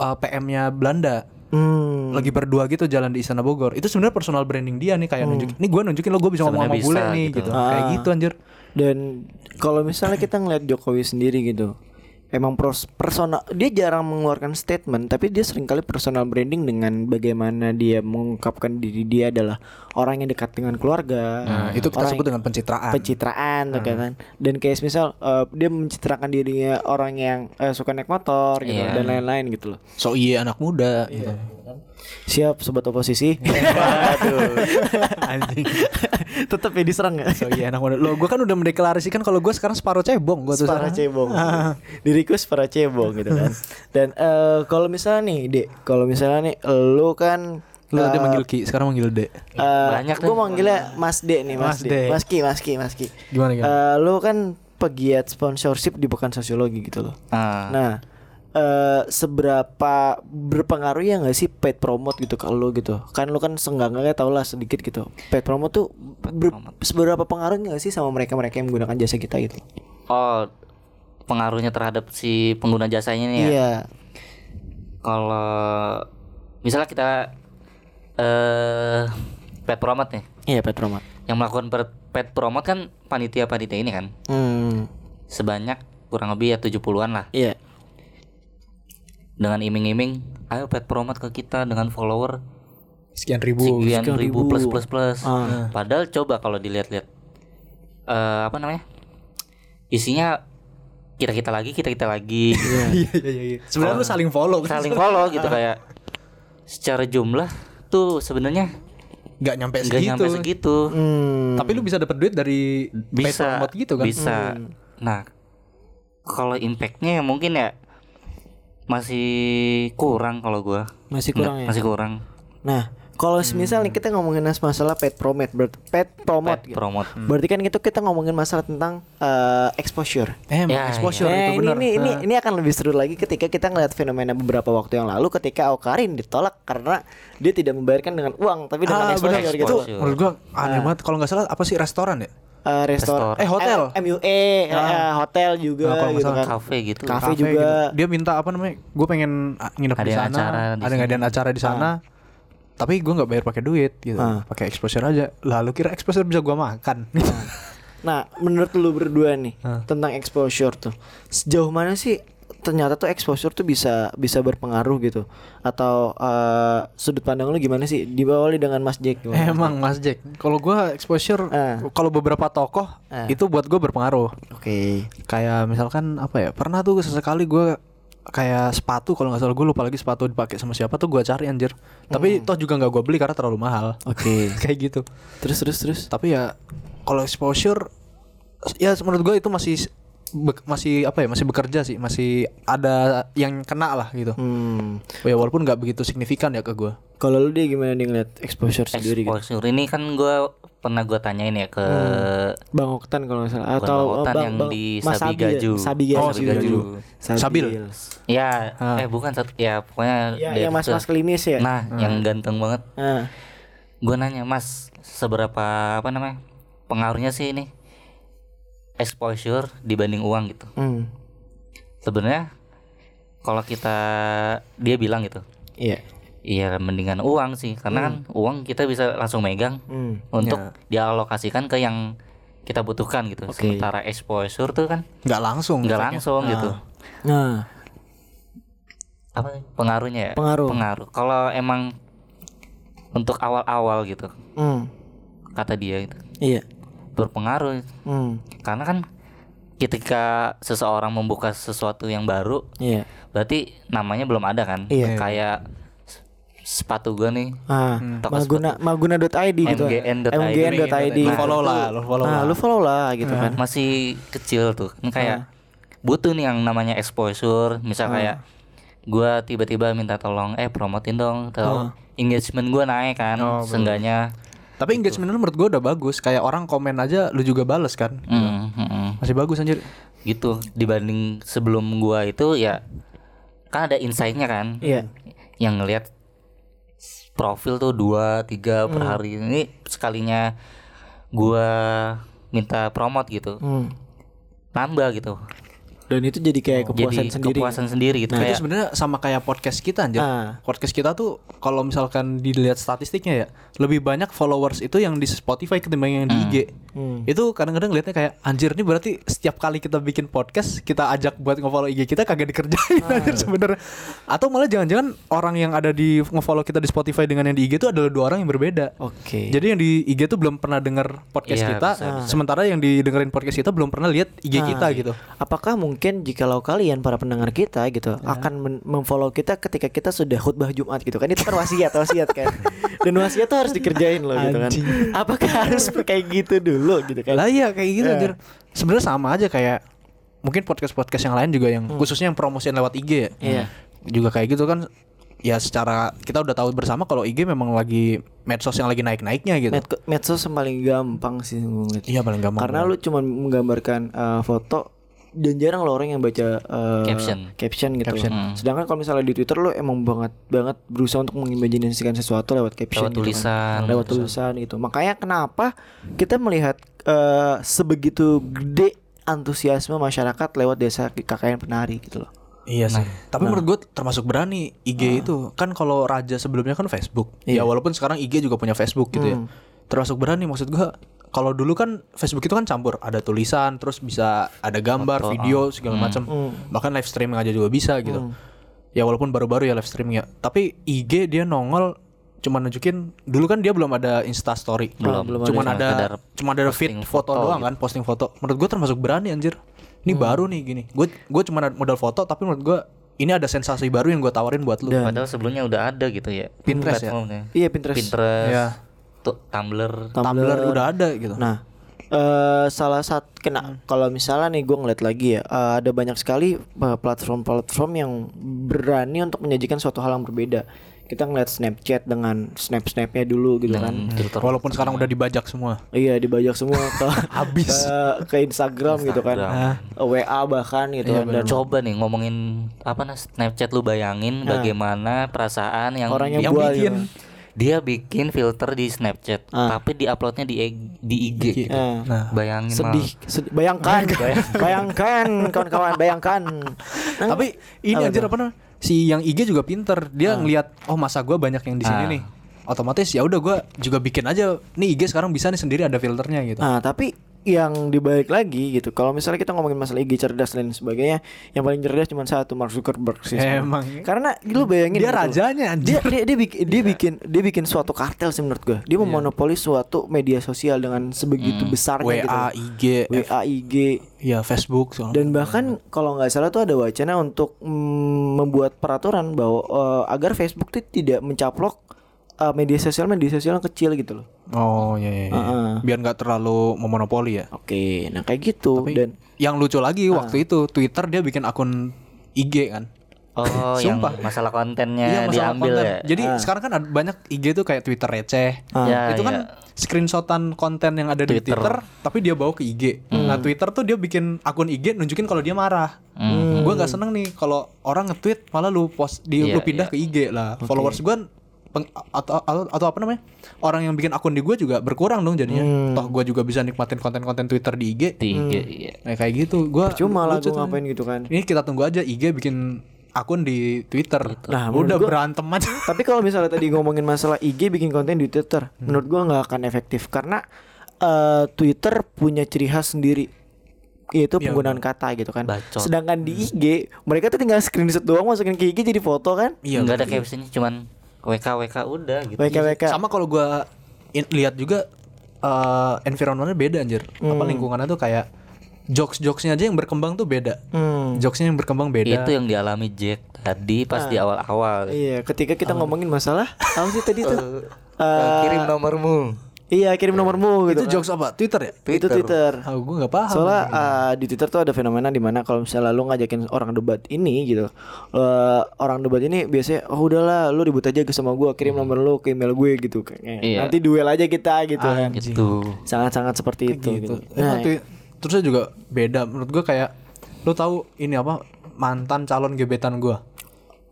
B: uh, PM-nya Belanda,
A: Hmm.
B: lagi berdua gitu jalan di Istana Bogor. Itu sebenarnya personal branding dia nih kayak nunjukin, nih gue nunjukin lo gue bisa ngomong sama
C: Sebenarnya
B: bule
C: bisa
B: nih
C: gitu.
B: gitu, kayak
A: Hmm. Ah.
B: gitu anjir.
A: Dan kalau misalnya kita ngeliat Jokowi sendiri gitu, emang pros, personal dia jarang mengeluarkan statement, tapi dia seringkali personal branding dengan bagaimana dia mengungkapkan diri dia adalah orang yang dekat dengan keluarga.
B: Nah, itu kita
A: orang
B: sebut
A: yang
B: dengan pencitraan.
A: pencitraan, tuh kan. Dan kayak misal eh, dia mencitrakan dirinya orang yang eh, suka naik motor gitu
C: Iya.
A: dan lain-lain gitu loh.
B: so iya anak muda gitu.
A: Siap sobat oposisi.
B: Iya. Anjing.
A: Tetap ya diserang ya.
B: So iya anak muda. Lo gue kan udah mendeklarasikan kalau gue sekarang separuh cebong gue tuh.
A: para
B: sekarang.
A: cebong diriku para cebong gitu kan dan eh, kalau misalnya nih dek kalau misalnya nih lu kan
B: Lo tadi manggil Ki, sekarang manggil Dek.
A: Eh, banyak
C: Banyak
A: gue
C: deh.
A: manggilnya Mas D nih Mas,
B: Mas
A: D.
B: D.
A: Mas Ki Mas Ki Mas Ki
B: Gimana,
A: Eh,
B: gimana?
A: lu kan pegiat sponsorship di Pekan Sosiologi gitu loh
C: Ah,
A: nah eh, seberapa berpengaruh ya nggak sih paid promote gitu kalau lu gitu kan lu kan senggangannya tau lah sedikit gitu paid promote tuh ber- seberapa pengaruhnya nggak sih sama mereka mereka yang menggunakan jasa kita gitu
C: Oh pengaruhnya terhadap si pengguna jasanya nih ya.
A: iya
C: Kalau misalnya kita eh pet promote nih,
A: iya paid promote
C: yang melakukan per- pet promote kan panitia-panitia ini kan
A: Hmm,
C: sebanyak kurang lebih ya 70-an lah
A: iya.
C: dengan iming-iming ayo pet promote ke kita dengan follower
B: Sekian ribu.
C: sekian
A: sekian
C: ribu
A: ribu.
C: plus plus plus. Padahal coba kalau dilihat-lihat eh apa namanya? Isinya kita-kita lagi, kita-kita lagi
B: Iya iya iya, iya. Sebenarnya lu saling follow kan?
C: saling follow gitu kayak secara jumlah tuh sebenarnya
B: Gak nyampe
C: nggak
B: segitu.
C: nyampe segitu.
A: Hmm,
B: Tapi lu bisa dapat duit dari paid
C: Bisa
B: promote gitu kan?
C: Bisa. Nah, kalau impactnya ya mungkin ya masih kurang kalau gua.
A: masih kurang
C: Nggak,
A: ya.
C: Masih kurang.
A: Nah, Kalau semisal nih kita ngomongin nas- masalah pet promote, ber- pet promote,
C: Pet
A: gitu.
C: promote. Hmm.
A: berarti kan itu kita ngomongin masalah tentang eh, exposure.
B: Eh, emang
C: Ya,
B: exposure
A: Nah,
B: itu
A: ini,
B: benar.
A: ini, ini,
B: Nah.
A: ini akan lebih seru lagi ketika kita ngelihat fenomena beberapa waktu yang lalu ketika Okarin ditolak karena dia tidak membayarkan dengan uang tapi dengan
B: Ah, benar
A: exposure
B: itu.
A: gitu.
C: Exposure.
B: Menurut gua aneh banget kalau nggak salah apa sih restoran ya?
A: Eh,
C: Restor.
A: restor,
B: Eh, hotel.
A: M- MUA, eh, hotel juga
B: Nah, kalau nggak
A: gitu
B: salah
A: kan.
C: Kafe gitu.
A: Kafe.
B: Cafe
A: juga.
B: Dia minta apa namanya? Gue pengen ah, nginep di
C: Ada
B: sana,
C: acara di
B: ada
C: sana.
B: ngadain acara di sana. Tapi gue nggak bayar pakai duit gitu.
A: Ah.
B: Pakai exposure aja. Lalu kira exposure bisa gua makan.
A: Nah, menurut lu berdua nih tentang exposure tuh. Sejauh mana sih ternyata tuh exposure tuh bisa bisa berpengaruh gitu atau eh, sudut pandang lu gimana sih diawali dengan Mas Jack gimana?
B: Emang Mas Jack, kalau gua exposure
A: Ah.
B: kalau beberapa tokoh
A: Ah.
B: itu buat gue berpengaruh.
A: Oke.
B: Kayak misalkan apa ya? Pernah tuh sesekali gua kayak sepatu kalau nggak salah gue lupa lagi sepatu dipakai sama siapa tuh gua cari anjir. Tapi toh juga nggak gua beli karena terlalu mahal.
A: Oke.
B: kayak gitu.
A: terus terus terus.
B: Tapi ya kalau exposure ya menurut gue itu masih be- masih apa ya masih bekerja sih masih ada yang kena lah gitu.
A: Hmm.
B: Ya walaupun nggak begitu signifikan ya ke gue.
A: Kalau lu dia gimana nih ngeliat exposure sendiri gitu?
C: Exposure ini kan gua pernah gua tanyain ya ke
A: Bang Oktan kalau nggak salah
C: Bukan
A: atau
C: Bang
A: eh,
C: Oktan
A: Bang,
C: yang
A: Bang-
C: di
A: Mas Sabi ya?
C: Sabigaju.
A: Sabi Gaju.
B: Oh, Sabigaju. Sabil.
C: ya eh bukan satu ya pokoknya
A: Ya,
C: dari
A: yang mas-mas
C: kecil.
A: klimis ya.
C: Nah, yang ganteng banget.
A: Ah.
C: Gua nanya, "Mas, seberapa apa namanya? Pengaruhnya sih ini exposure dibanding uang gitu."
A: Hmm.
C: Sebenarnya kalau kita dia bilang gitu,
A: Iya.
C: Iya mendingan uang sih karena kan uang kita bisa langsung megang
A: Hmm.
C: untuk dialokasikan ke yang kita butuhkan gitu. Sementara exposure tuh kan
B: Nggak langsung.
C: nggak
B: efeknya.
C: langsung gitu.
A: Nah,
C: Apa pengaruhnya ya?
A: Pengaruh.
C: Pengaruh. Kalau emang untuk awal-awal gitu
A: hmm.
C: kata dia itu
A: Iya.
C: berpengaruh
A: Hmm.
C: karena kan ketika seseorang membuka sesuatu yang baru
A: Iya.
C: berarti namanya belum ada kan?
A: Iya.
C: Kayak s- sepatu gua nih
A: Ah,
C: Toko
A: maguna maguna.id gitu.
C: MGN.id.
A: MGN.id.
B: Iya, Lu follow lah, lu follow
A: Nah,
B: lah. Ah.
A: lu follow lah gitu kan.
C: masih kecil tuh kan kayak butuh nih yang namanya exposure misal kayak gua tiba-tiba minta tolong eh promotin dong atau engagement gua naik kan
A: Oh,
C: seenggaknya
B: Tapi engagement lu menurut gue udah bagus. Kayak orang komen aja lu juga bales kan.
C: Mm, mm, mm.
B: Masih bagus anjir.
C: gitu dibanding sebelum gua itu ya kan ada insight-nya kan
A: Iya.
C: yang ngelihat s- profil tuh dua tiga per hari ini sekalinya gua minta promote gitu
A: Hmm.
C: nambah gitu
A: Dan itu jadi kayak
B: Hmm.
A: kepuasan
C: jadi
A: sendiri.
C: kepuasan sendiri gitu
B: Nah, Itu
C: kayak
B: sebenarnya sama kayak podcast kita anjir.
A: Ah.
B: Podcast kita tuh kalau misalkan dilihat statistiknya ya, lebih banyak followers itu yang di Spotify ketimbang yang
C: Hmm.
B: di IG. Itu kadang-kadang lihatnya kayak anjir nih berarti setiap kali kita bikin podcast, kita ajak buat nge-follow IG kita kagak dikerjain
C: Ah.
B: anjir sebenarnya. Atau malah jangan-jangan orang yang ada di nge-follow kita di Spotify dengan yang di IG itu adalah dua orang yang berbeda.
A: Oke.
B: Jadi yang di IG tuh belum pernah denger podcast
C: Iya,
B: kita,
C: bisa, Ah, iya.
B: sementara yang didengerin podcast kita belum pernah lihat IG kita gitu.
A: Ah, Apakah mungkin jikalau kalian para pendengar kita gitu
B: Ya.
A: akan men- memfollow kita ketika kita sudah khutbah Jumat gitu kan itu kan wasiat wasiat kan dan wasiat tuh harus dikerjain loh gitu kan apakah harus kayak gitu dulu gitu kan
B: lah iya kayak gitu
A: Eh.
B: anjir sebenarnya sama aja kayak mungkin podcast podcast yang lain juga yang khususnya yang promosiin lewat IG ya
A: Hmm. Iya.
B: juga kayak gitu kan ya secara kita udah tahu bersama kalau IG memang lagi medsos yang lagi naik naiknya gitu
A: Med- medsos yang paling gampang sih gua ngeliat.
B: iya paling gampang
A: Karena lu cuman menggambarkan eh, foto dan jarang lo orang yang baca eh,
C: Caption. Hmm.
A: caption gitu.
B: Caption.
A: loh. Sedangkan kalau misalnya di Twitter lu emang banget banget berusaha untuk mengimajinasikan sesuatu lewat caption
C: Lewat
A: gitu kan.
C: tulisan.
A: lewat tulisan gitu. Makanya kenapa kita melihat eh, sebegitu gede antusiasme masyarakat lewat desa KKN penari gitu loh.
B: iya sih tapi menurut gue termasuk berani IG itu kan kalau raja sebelumnya kan Facebook ya walaupun sekarang IG juga punya Facebook gitu ya termasuk berani maksud gue kalau dulu kan Facebook itu kan campur ada tulisan terus bisa ada gambar video segala macam bahkan live streaming aja juga bisa gitu ya walaupun baru-baru ya live streaming ya tapi IG dia nongol cuma nunjukin dulu kan dia belum ada Insta Story
C: Belum. Belum
B: cuma
C: ada.
B: ada
C: Sekedar
B: cuma ada feed
C: posting
B: foto,
C: foto gitu.
B: doang kan posting foto menurut gue termasuk berani anjir ini
A: Hmm.
B: baru nih gini gue gue cuma ada modal foto tapi menurut gue ini ada sensasi baru yang gue tawarin buat lu
C: padahal sebelumnya udah ada gitu ya
B: Pinterest ya?
C: Platformnya.
A: Iya Pinterest.
C: Pinterest,
B: Iya.
C: tu-
A: Tumblr.
C: Tumblr,
B: Tumblr udah ada gitu
A: Nah, eh salah satu kena kalau misalnya nih gue ngeliat lagi ya, eh, ada banyak sekali eh, platform-platform yang berani untuk menyajikan suatu hal yang berbeda. kita ngeliat Snapchat dengan snap-snapnya dulu gitu kan.
B: Hmm.
C: Twitter.
B: Walaupun sekarang udah dibajak semua.
A: Iya dibajak semua ke
B: Habis.
A: ke, ke Instagram, gitu kan.
C: Instagram.
A: WA bahkan gitu kan dan
C: Nah, Coba nih ngomongin apa nah Snapchat lu bayangin bagaimana perasaan yang
A: orang yang,
B: yang
A: buat
B: bikin.
A: gitu.
C: dia bikin filter di Snapchat tapi diuploadnya di E- di IG. gitu.
A: Eh,
B: Nah,
C: Bayangin
A: sedih, sedih. Bayangkan, bayangkan kawan-kawan, bayangkan. Nah,
B: tapi ini anjir apa namanya? Si yang IG juga pinter.
A: Ah.
B: Dia ngelihat oh masa gua banyak yang di sini
C: Ah.
B: nih. Otomatis ya udah gua juga bikin aja. Nih IG sekarang bisa nih sendiri ada filternya gitu.
A: Nah, tapi yang dibalik lagi gitu. Kalau misalnya kita ngomongin masalah IG cerdas dan sebagainya, yang paling cerdas cuma satu Mark Zuckerberg sih. sebenarnya.
B: Emang.
A: Karena lu bayangin
B: Dia
A: gitu.
B: rajanya,
A: ya. Dia Iya.
B: anjir.
A: dia dia, bikin- dia bikin dia bikin suatu kartel sih menurut gua. Dia memonopoli suatu media sosial dengan sebegitu besarnya gitu.
B: WA, IG, F-
A: WA, IG
B: ya Facebook soalnya.
A: dan bahkan kalau nggak salah tuh ada wacana untuk mm, membuat peraturan bahwa eh, agar Facebook tuh tidak mencaplok eh, media sosial media sosial yang kecil gitu loh.
B: Oh iya iya. iya.
A: Heeh.
B: Biar nggak terlalu memonopoli ya.
A: Oke, nah kayak gitu dan
B: Yang lucu lagi
C: Ah.
B: waktu itu Twitter dia bikin akun IG kan.
C: Oh, yang
B: Sumpah.
C: masalah kontennya
B: Iya, masalah
C: diambil
B: konten.
C: ya.
B: Jadi sekarang kan ada banyak IG tuh kayak Twitter receh.
C: Ya,
B: itu kan
C: ya.
B: screenshotan konten yang ada di
C: Twitter. Hmm.
B: Twitter tapi dia bawa ke IG. Nah, Twitter tuh dia bikin akun IG nunjukin kalau dia marah. Gue nggak seneng nih kalau orang nge-tweet malah lu post di
C: Hmm. Iya,
B: lu pindah
C: iya.
B: ke IG lah. Followers gue atau, atau atau apa namanya? Orang yang bikin akun di gue juga berkurang dong jadinya.
C: Hmm.
B: Toh gue juga bisa nikmatin konten-konten Twitter di IG.
C: di IG. iya.
B: Nah, kayak gitu. Gua
A: cuma lah
B: lucu
A: gue
B: tuh.
A: ngapain gitu kan.
B: Ini kita tunggu aja IG bikin akun di Twitter.
A: Nah, menurut
B: udah
A: gua-
B: berantem aja.
A: Tapi kalau misalnya tadi ngomongin masalah IG bikin konten di Twitter, menurut gua nggak akan efektif karena eh, Twitter punya ciri khas sendiri yaitu penggunaan kata gitu kan.
C: Bacot.
A: Sedangkan di IG mereka tuh tinggal screenshot doang masukin ke IG jadi foto kan.
B: Iya,
C: Nggak ada captionnya cuman WK WK udah gitu.
A: WK WK.
B: Sama kalau gua in- lihat juga eh, environmentnya beda anjir. Apa
A: Hmm.
B: lingkungannya tuh kayak jokes-jokesnya aja yang berkembang tuh beda.
A: Hmm.
B: Jokesnya yang berkembang beda.
C: Itu yang dialami Jack tadi pas di awal-awal.
A: Iya, ketika kita ngomongin masalah apa sih tadi tuh?
C: Eh,
A: Eh,
C: kirim nomormu.
A: iya, kirim nomormu
B: Itu
A: gitu. kan.
B: jokes apa? Twitter ya?
A: Itu Twitter.
B: Ah, gua nggak paham.
A: Soalnya uh, di Twitter tuh ada fenomena di mana kalau misalnya lu ngajakin orang debat ini gitu, uh, orang debat ini biasanya oh udahlah lu ribut aja ke sama gua, kirim nomor lu ke email gue gitu kayaknya.
C: Iya.
A: Nanti duel aja kita gitu kan.
C: Gitu.
A: Sangat-sangat seperti itu gitu.
B: Emang twi- terusnya juga beda menurut gua kayak lu tahu ini apa mantan calon gebetan gua.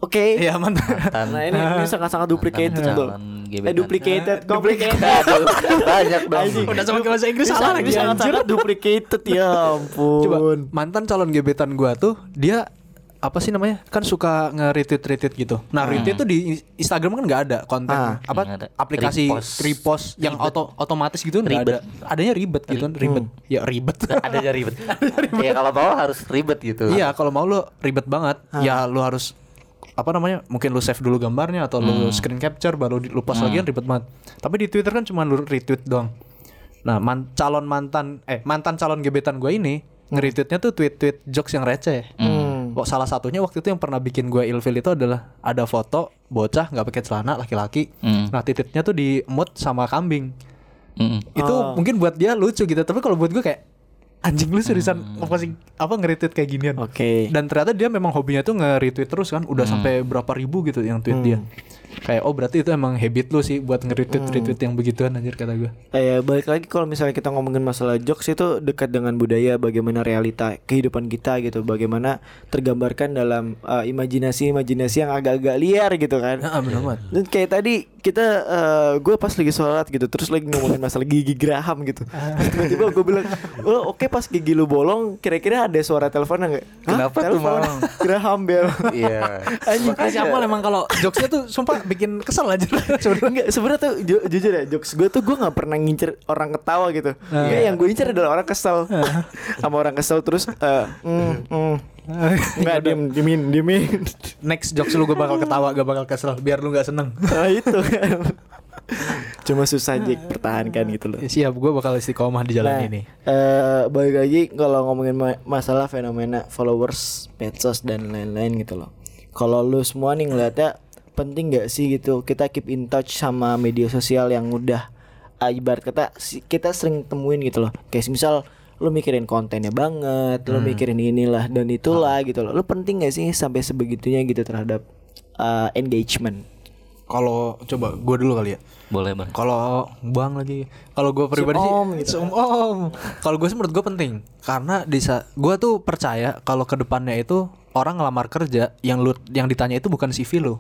A: Oke.
B: Iya, mantan.
A: Nah, ini, ini sangat-sangat duplicated tuh.
C: calon
A: Eh
C: gebetan.
A: duplicated, complicated.
C: Banyak dong.
B: Udah sama ke bahasa Inggris salah
A: Ini
B: lagi.
A: sangat-sangat duplicated ya ampun.
B: Coba mantan calon gebetan gua tuh dia apa sih namanya? Kan suka nge-retweet-retweet gitu. Nah, retweet tuh di Instagram kan nggak ada konten apa
C: Hmm. Nggak ada.
B: aplikasi
C: Repost.
B: repost, yang auto otomatis gitu nggak ada. Adanya ribet gitu, ribet. Ya ribet.
C: Ada aja ribet. Ya kalau bawah harus ribet gitu.
B: Iya, kalau mau lu ribet banget, ya lu harus apa namanya? Mungkin lu save dulu gambarnya atau
C: Hmm.
B: lu screen capture baru di- lu post lagi kan ribet banget. Tapi di Twitter kan cuma lu retweet doang. Nah, man- calon mantan eh mantan calon gebetan gue ini nge-retweetnya tuh tweet-tweet jokes yang receh.
A: Hmm.
B: Hmm. Kok salah satunya waktu itu yang pernah bikin gue ilfil itu adalah ada foto bocah nggak pakai celana laki-laki. Nah, titiknya tuh diemut sama kambing.
C: Mm-mm.
B: Itu mungkin buat dia lucu gitu, tapi kalau buat gue kayak anjing lu seriusan apa sih apa nge-retweet kayak ginian.
A: Oke.
B: Dan ternyata dia memang hobinya tuh nge-retweet terus kan, udah sampai berapa ribu gitu yang tweet dia. Kayak oh berarti itu emang habit lu sih buat nge-retweet retweet yang begituan anjir kata gue.
A: Eh, balik lagi kalau misalnya kita ngomongin masalah jokes itu dekat dengan budaya bagaimana realita kehidupan kita gitu, bagaimana tergambarkan dalam imajinasi-imajinasi yang agak-agak liar gitu kan.
B: Heeh, benar banget.
A: Dan kayak tadi kita eh, gue pas lagi sholat gitu, terus lagi ngomongin masalah gigi geraham gitu. Terus Tiba-tiba gue bilang, "Oh, oke pas gigi lu bolong, kira-kira ada suara telepon enggak?"
C: Kenapa tuh, Mang?
A: Graham bell.
C: Iya.
B: Anjing siapa emang kalau jokesnya tuh sumpah bikin kesel aja sebenarnya.
A: Enggak, sebenarnya tuh ju- jujur ya jokes gue tuh gue nggak pernah ngincer orang ketawa gitu. Iya, yang gue incer adalah orang kesel sama orang kesel terus eh mm, mm. nggak diem diemin diemin.
B: Next jokes lu gue bakal ketawa, gak bakal kesel biar lu gak seneng.
A: nah, itu kan. Cuma susah Jack pertahankan gitu loh.
B: Ya, siap, gue bakal istiqomah di jalan
A: Nah,
B: ini.
A: eh, balik lagi kalau ngomongin ma- masalah fenomena followers, medsos dan lain-lain gitu loh. Kalau lu semua nih ngeliatnya penting gak sih gitu kita keep in touch sama media sosial yang udah ah, ibarat kata si- kita sering temuin gitu loh. Kayak misal lu mikirin kontennya banget, lu mikirin inilah dan itulah gitu loh. Lu penting gak sih sampai sebegitunya gitu terhadap eh, ah, engagement?
B: kalau coba gua dulu kali ya.
C: Boleh boleh.
B: Kalau Bang lagi, kalau gua pribadi sih
A: Om
B: gitu. om. Kalau gue sih menurut gue penting karena di sa- gua tuh percaya kalau ke depannya itu orang ngelamar kerja yang lu yang ditanya itu bukan CV lu.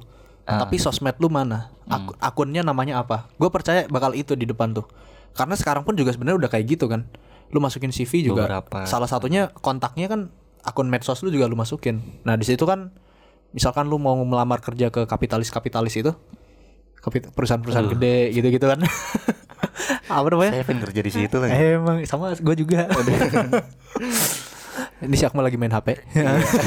B: Tapi sosmed lu mana? Aku- akunnya namanya apa? Gue percaya bakal itu di depan tuh. Karena sekarang pun juga sebenarnya udah kayak gitu kan. Lu masukin CV juga.
C: Beberapa.
B: Salah satunya kontaknya kan akun medsos lu juga lu masukin. Nah, di situ kan misalkan lu mau melamar kerja ke kapitalis-kapitalis itu kapit- perusahaan-perusahaan gede gitu-gitu kan. apa namanya?
C: Saya pengen kerja di situ lagi.
B: Eh, Emang sama gue juga. Ini si Akmal lagi main HP.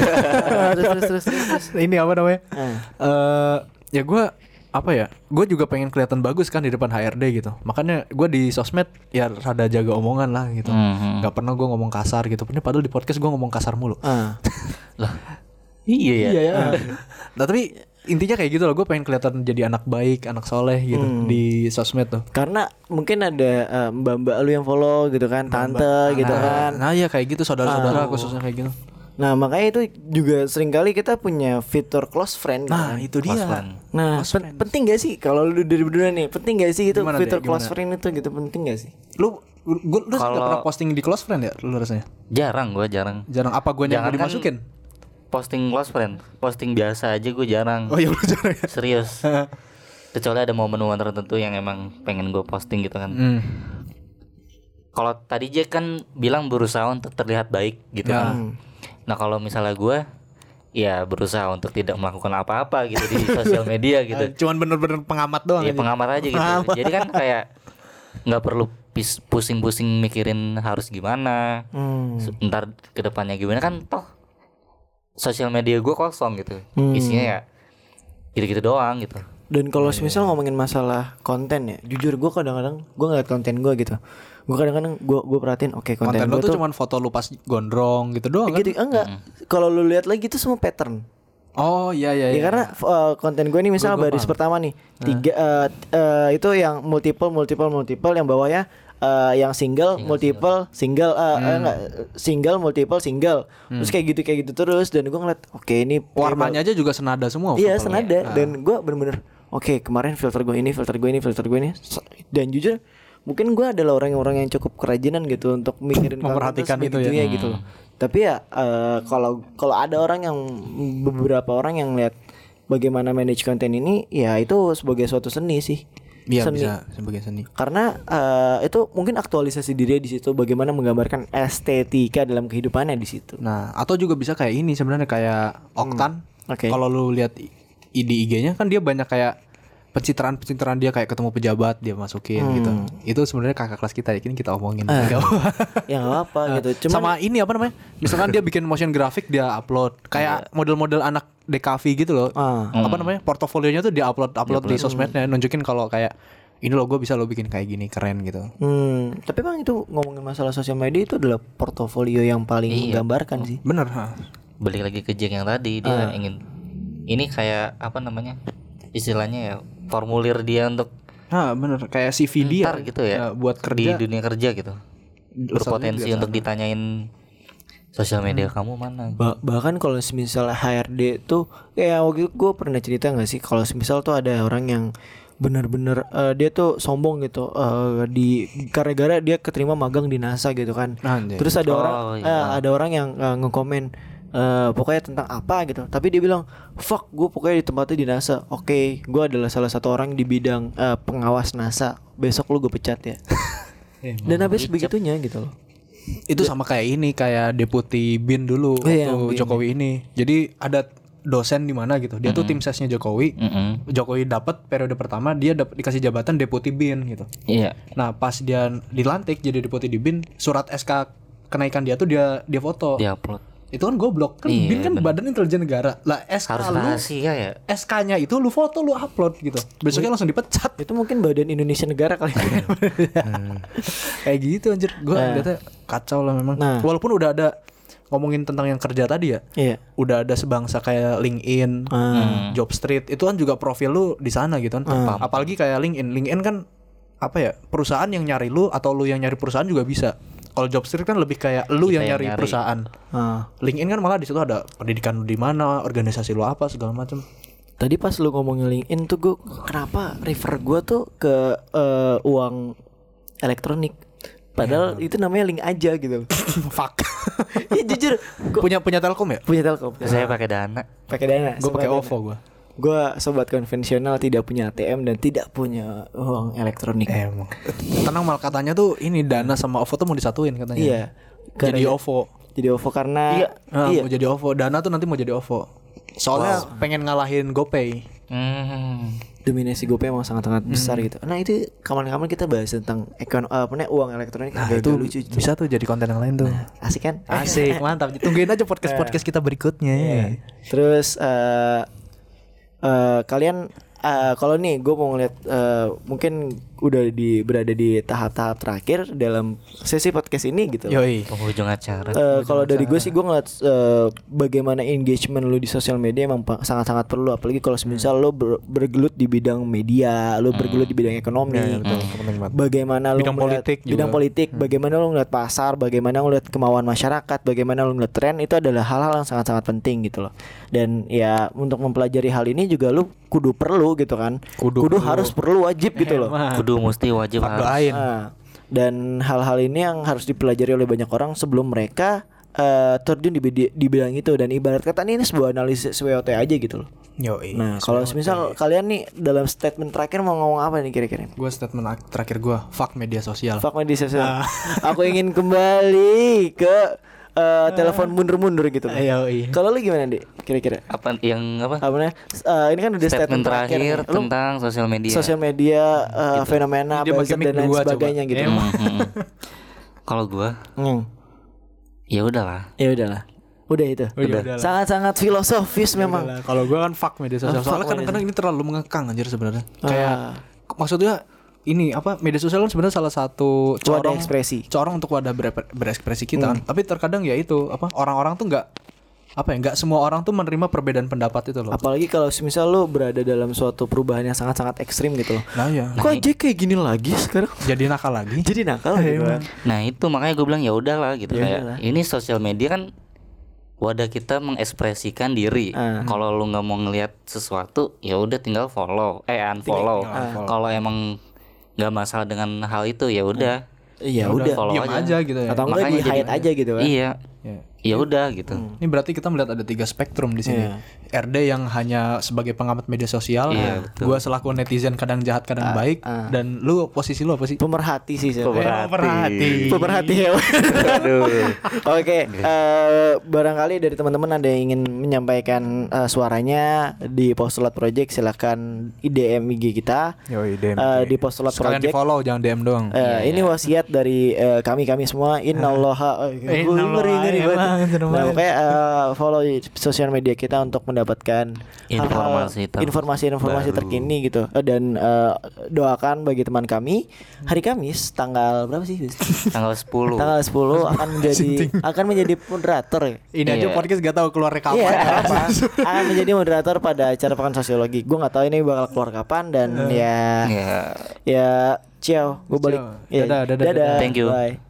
A: terus terus terus, terus.
B: Ini apa namanya?
A: Eh.
B: Eh, ya gue apa ya? Gue juga pengen kelihatan bagus kan di depan HRD gitu. Makanya gue di sosmed ya rada jaga omongan lah gitu.
C: Mhm.
B: Gak pernah gue ngomong kasar gitu. Padahal di podcast gue ngomong kasar mulu.
A: Ah.
C: Lah. Iya ya.
B: Iya ya. nah tapi intinya kayak gitu loh. Gue pengen kelihatan jadi anak baik, anak soleh gitu di sosmed tuh.
A: karena mungkin ada eh, mbak-mbak lu yang follow gitu kan, tante gitu kan.
B: Nah ya kayak gitu saudara-saudara khususnya kayak gitu.
A: Nah, makanya itu juga seringkali kita punya fitur close friend.
B: Nah
A: kan.
B: itu
C: Close
B: dia.
C: friend.
A: Nah, pen- penting gak sih kalau lu dari berdua nih? Penting gak sih itu
B: Gimana,
A: fitur
B: Dek?
A: close friend itu gitu penting gak sih?
B: lu gua, lu
C: Kalau-
B: nggak pernah posting di close friend ya lu rasanya
C: Jarang gue jarang.
B: jarang apa gue yang
C: Jangan
B: gak
C: kan-
B: dimasukin
C: Posting close friend, posting biasa aja gue jarang.
B: oh iya lu jarang ya
C: Serius. Kecuali ada momen-momen tertentu yang emang pengen gue posting gitu kan.
B: hmm.
C: Kalau tadi Jack kan bilang berusaha untuk terlihat baik gitu
B: Ya.
C: kan. Nah kalau misalnya gue ya berusaha untuk tidak melakukan apa-apa gitu di sosial media gitu.
B: Eh, cuman bener-bener pengamat doang aja.
C: Ya pengamat aja gitu.
B: Pengamat.
C: Jadi kan kayak nggak perlu pis- pusing-pusing mikirin harus gimana.
A: Hmm.
C: se- Ntar kedepannya gimana kan toh sosial media gue kosong gitu.
A: Hmm.
C: Isinya ya gitu-gitu doang gitu.
A: Dan kalau semisal ngomongin masalah konten ya, jujur gue kadang-kadang gue ngeliat konten gue gitu. Gue kadang-kadang gue gue perhatiin, oke konten,
B: konten lu
A: gue
B: tuh
A: tuh,
B: cuman foto lu pas gondrong gitu doang kan
A: gitu enggak. Kalau lu lihat lagi itu semua pattern.
B: oh iya iya
A: Ya
B: iya
A: karena uh, konten gue ini misal
B: Gua- gua
A: baris
B: paham.
A: pertama nih tiga uh, t- uh, itu yang multiple multiple multiple yang bawahnya uh, yang single, multiple single uh, eh, enggak, single multiple single terus kayak gitu kayak gitu terus dan gue ngeliat oke ini kayak
B: warnanya aja juga senada semua
A: Iya
B: foto lu.
A: senada dan gue bener-bener oke kemarin filter gue ini filter gue ini filter gue ini S- dan jujur mungkin gue adalah orang-orang yang cukup kerajinan gitu untuk mikirin konten
B: Memperhatikan
A: terus
B: itu ya.
A: begitunya gitu loh tapi ya eh, kalau kalau ada orang yang beberapa orang yang lihat bagaimana manage konten ini ya itu sebagai suatu seni sih
B: iya
A: Seni.
B: bisa sebagai seni
A: karena eh, itu mungkin aktualisasi diri di situ bagaimana menggambarkan estetika dalam kehidupannya di situ
B: nah atau juga bisa kayak ini sebenarnya kayak oktan
A: Oke.
B: kalau lu lihat i- ID IG-nya kan dia banyak kayak pencitraan-pencitraan dia kayak ketemu pejabat dia masukin gitu. Itu sebenarnya kakak kelas kita ya, ini kita omongin.
A: ya nggak apa gitu cuma
B: sama ini apa namanya? Misalkan dia bikin motion grafik dia upload kayak model-model anak DKV gitu loh.
A: Ah.
B: Apa namanya? Portofolionya tuh dia upload upload di sosmednya nunjukin kalau kayak ini loh gue bisa lo bikin kayak gini keren gitu.
A: Hmm, tapi emang itu ngomongin masalah sosial media itu adalah portofolio yang paling menggambarkan sih.
B: Bener. ha.
C: balik lagi ke Jack yang tadi
A: Ah.
C: dia ingin ini kayak apa namanya istilahnya ya formulir dia untuk
B: Ha, bener kayak CV dia
C: ntar gitu
B: eh,
C: ya
B: buat kerja
C: di dunia kerja gitu berpotensi untuk ditanyain sosial
A: Hmm.
C: media kamu mana
A: Ba- bahkan kalau semisal HRD tuh kayak waktu itu gue pernah cerita nggak sih kalau semisal tuh ada orang yang bener-bener eh, dia tuh sombong gitu eh, di gara-gara dia keterima magang di NASA gitu kan.
B: Anjay.
A: Terus ada orang
C: iya.
A: eh, ada orang yang eh, ngekomen eh, pokoknya tentang apa gitu. Tapi dia bilang, "Fuck, gue pokoknya ditempatnya di NASA." Oke, gua gue adalah salah satu orang di bidang eh, pengawas NASA. Besok lu gue pecat ya. Dan habis begitunya gitu loh.
B: itu sama kayak ini kayak deputi Oh, bin dulu
A: Iya,
B: waktu Jokowi ini jadi ada dosen di mana gitu dia tuh tim sesnya Jokowi
C: Mm-mm.
B: Jokowi dapat periode pertama dia dap- dikasih jabatan deputi bin gitu
C: iya
B: nah pas dia dilantik jadi deputi di bin surat SK kenaikan dia tuh dia dia foto
C: dia upload
B: itu kan goblok kan bin kan badan intelijen negara lah SK
C: harus
B: lu
C: rahasia ya
B: SK-nya itu lu foto lu upload gitu besoknya langsung dipecat
A: Itu mungkin badan Indonesia negara kali. ya.
B: kayak gitu anjir gue liatnya kacau lah memang
A: Nah.
B: walaupun udah ada ngomongin tentang yang kerja tadi ya
A: Iya.
B: udah ada sebangsa kayak LinkedIn, Job Street itu kan juga profil lu di sana gitu kan. Apalagi kayak LinkedIn, LinkedIn kan apa ya perusahaan yang nyari lu atau lu yang nyari perusahaan juga bisa. Kalau Job Street kan lebih kayak lu yang,
C: yang
B: nyari,
C: nyari.
B: perusahaan.
A: Ah.
B: LinkedIn kan malah di situ ada pendidikan lu di mana, organisasi lu apa segala macam.
A: Tadi pas lu ngomongin LinkedIn tuh gue kenapa refer gue tuh ke eh, uang elektronik. Padahal itu namanya link aja gitu.
B: Fuck.
A: Iya jujur, gue
B: punya punya Telkom ya?
A: punya Telkom.
C: Saya pakai dana.
A: Pakai dana.
B: Gue pakai OVO gue.
A: Gue sobat konvensional tidak punya ATM dan tidak punya uang elektronik.
B: Emang. Tenang mal katanya tuh ini dana sama OVO tuh mau disatuin katanya.
A: Iya.
B: Jadi
A: Karena-
B: OVO.
A: Jadi OVO karena iya.
B: Ah, Mau jadi OVO. Dana tuh nanti mau jadi OVO. Soalnya pengen ngalahin GoPay.
C: Hmm.
A: dominasi GoPay emang sangat-sangat
B: Hmm.
A: besar gitu. Nah, itu kapan-kapan kita bahas tentang ekon eh, apa namanya, uang elektronik
B: Nah,
A: agak-agak
B: itu Ah.
A: lucu. gitu.
B: bisa tuh jadi konten yang lain tuh.
A: Asik kan?
B: Asik, mantap. Tungguin aja podcast-podcast kita berikutnya.
A: Terus eh eh, kalian eh, kalau nih gue mau ngeliat eh, mungkin udah di berada di tahap-tahap terakhir dalam sesi podcast ini gitu.
B: Yoi.
C: Penghujung acara.
A: Eh, kalau dari gue sih gue ngeliat eh, bagaimana engagement lu di sosial media emang pa- sangat-sangat perlu apalagi kalau
B: Hmm.
A: semisal lu ber- bergelut di bidang media, lu bergelut di bidang ekonomi.
B: Ya,
A: Bagaimana lu
B: Bidang
A: ngeliat-
B: politik juga. Hmm.
A: bidang politik, bagaimana lu ngeliat pasar, bagaimana ngeliat kemauan masyarakat, bagaimana lu ngeliat tren itu adalah hal-hal yang sangat-sangat penting gitu loh. Dan ya untuk mempelajari hal ini juga lu kudu perlu gitu kan.
B: Kudu perlu.
A: harus perlu wajib gitu loh.
C: Kudu mesti wajib harus.
B: Doain.
A: Nah, dan hal-hal ini yang harus dipelajari oleh banyak orang sebelum mereka eh, terjun di, bidi- di bidang itu dan ibarat kata ini sebuah analisis WOT aja gitu loh.
B: Yoi.
A: Nah, kalau misal kalian nih dalam statement terakhir mau ngomong apa nih kira-kira?
B: Gue statement ak- terakhir gue, fuck media sosial.
A: Fuck media sosial.
B: Ah.
A: Aku ingin kembali ke eh,
B: Ah.
A: telepon mundur-mundur gitu. loh.
B: Eh, yoi.
A: Kalau lu gimana, Dik? Kira-kira?
C: Apa yang apa?
A: Apa namanya? S- eh, ini kan udah statement,
C: Statement
A: terakhir.
C: terakhir
A: nih. Lu
C: tentang sosial media.
A: sosial media eh, fenomena
B: Dia pakai
A: buzzer
B: mic
A: dan lain
B: dua, coba.
A: sebagainya gitu.
B: Emang.
C: Hmm, hmm, hmm. Kalau gua,
A: Hmm.
C: ya udahlah.
A: Ya udahlah. Udah itu.
B: Oh, ya udahlah.
A: Sangat-sangat filosofis memang.
B: Lah, Kalau gue kan fuck media
A: Ah,
B: sosial.
A: fuck
B: Soalnya
A: media
B: kadang-kadang ini terlalu mengekang anjir sebenarnya.
A: Ah.
B: Kayak maksudnya ini apa media sosial kan sebenarnya salah satu corong
A: ekspresi.
B: Corong untuk wadah ber- berekspresi kita kan. Tapi terkadang ya itu apa orang-orang tuh nggak apa ya nggak semua orang tuh menerima perbedaan pendapat itu loh.
A: Apalagi kalau misal lo berada dalam suatu perubahan yang sangat-sangat ekstrim gitu loh.
B: Nah ya.
A: Kok aja kayak gini lagi sekarang?
B: Jadi nakal lagi.
A: Jadi nakal
B: Iya,
A: gitu kan.
C: Nah itu makanya gue bilang ya udahlah gitu
A: Ya
C: kayak
A: udahlah.
C: ini sosial media kan wadah kita mengekspresikan diri.
A: Ah.
C: Kalau lu nggak mau ngelihat sesuatu ya udah tinggal follow, eh unfollow.
B: unfollow.
C: Kalau emang nggak masalah dengan hal itu ya udah.
A: Iya
B: udah,
A: udah.
C: follow
B: Diam
C: aja.
B: aja gitu ya.
A: Atau enggak di
C: Makanya
A: hide
C: jadi-
A: aja gitu kan.
C: Iya,
B: Ya.
C: ya udah gitu.
A: Hmm.
B: Ini berarti kita melihat ada tiga spektrum di sini.
A: Iya.
B: RD yang hanya sebagai pengamat media sosial, Nah,
C: Iya, betul.
B: gua selaku netizen kadang jahat kadang baik, dan lu posisi lu apa sih?
A: Pemerhati sih saya.
C: Pemerhati.
B: Oh,
A: Pemerhati ya. Oke, eh, barangkali dari teman-teman ada yang ingin menyampaikan eh, suaranya di Postulat Project silakan IDM IG kita.
B: Yoi, DM
A: Eh, di
B: IG.
A: Postulat
B: Sekalian di
A: Project.
B: follow jangan DM doang.
A: Eh, ini wasiat dari eh, kami-kami semua innallaha eh, gua
B: Innallaha,
A: ngeri ngeri banget.
B: emang, seru
A: Nah,
B: banget.
A: pokoknya eh, follow sosial media kita untuk mendapatkan
C: Informasi ter-
A: informasi informasi
C: baru.
A: terkini gitu Eh, dan eh, doakan bagi teman kami hari Kamis tanggal berapa sih?
C: Tanggal 10
A: tanggal 10 akan menjadi akan menjadi moderator ya.
B: Ini aja
C: Iya.
B: podcast gak tahu keluarnya kapan.
A: Iya, apa? akan menjadi moderator pada acara pekan sosiologi. Gua nggak tahu ini bakal keluar kapan dan ya
C: Ya.
A: ya ciao gue balik
B: Ciao.
A: Ya,
C: Iya.
B: Dadah, dadah, dadah.
C: Thank you.
A: bye